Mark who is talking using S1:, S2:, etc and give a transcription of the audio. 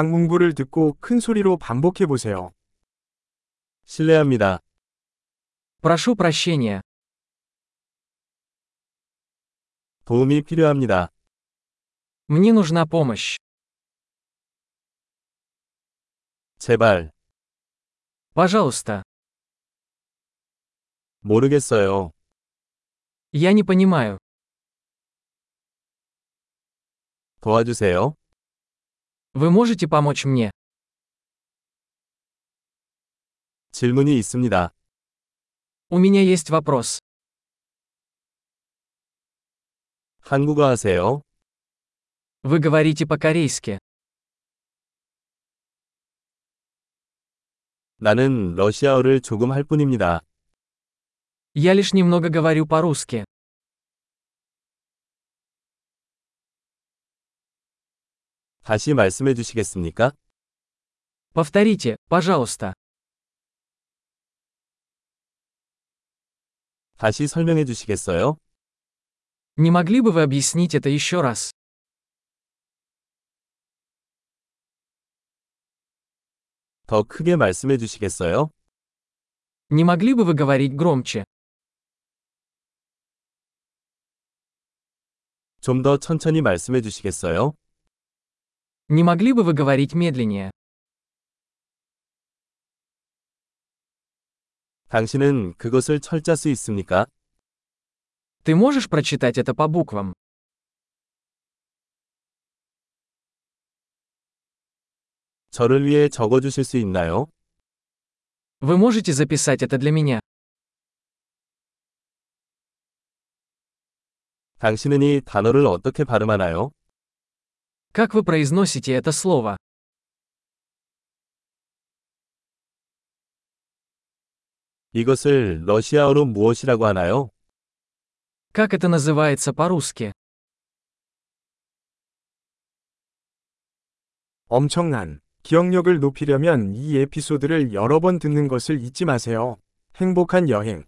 S1: 강문부를 듣고 큰 소리로 반복해 보세요.
S2: 실례합니다.
S3: Прошу прощения.
S2: 도움이 필요합니다.
S3: Мне нужна помощь.
S2: 제발.
S3: Пожалуйста.
S2: 모르겠어요.
S3: Я не понимаю.
S2: 도와주세요.
S3: Вы можете помочь мне?
S2: 질문이 있습니다.
S3: У меня есть вопрос.
S2: 한국어 하세요?
S3: Вы говорите по-корейски.
S2: 나는 러시아어를 조금 할 뿐입니다.
S3: Я лишь немного говорю по-русски.
S2: 다시 말씀해 주시겠습니까?
S3: Повторите, пожалуйста.
S2: 다시 설명해 주시겠어요?
S3: Не могли бы вы объяснить это еще раз?
S2: 더 크게 말씀해 주시겠어요?
S3: Не могли бы вы говорить громче?
S2: 좀 더 천천히 말씀해 주시겠어요?
S3: Не могли бы вы говорить медленнее?
S2: 당신은 그것을 철자 수 있습니까?
S3: Ты можешь прочитать это по буквам?
S2: 저를 위해 적어 주실 수 있나요?
S3: Вы можете записать это для меня?
S2: 당신은 이 단어를 어떻게 발음하나요?
S3: Как вы произносите это слово?
S2: 이것을 러시아어로 무엇이라고 하나요?
S3: Как это называется по-русски?
S1: 엄청난 기억력을 높이려면 이 에피소드를 여러 번 듣는 것을 잊지 마세요. 행복한 여행.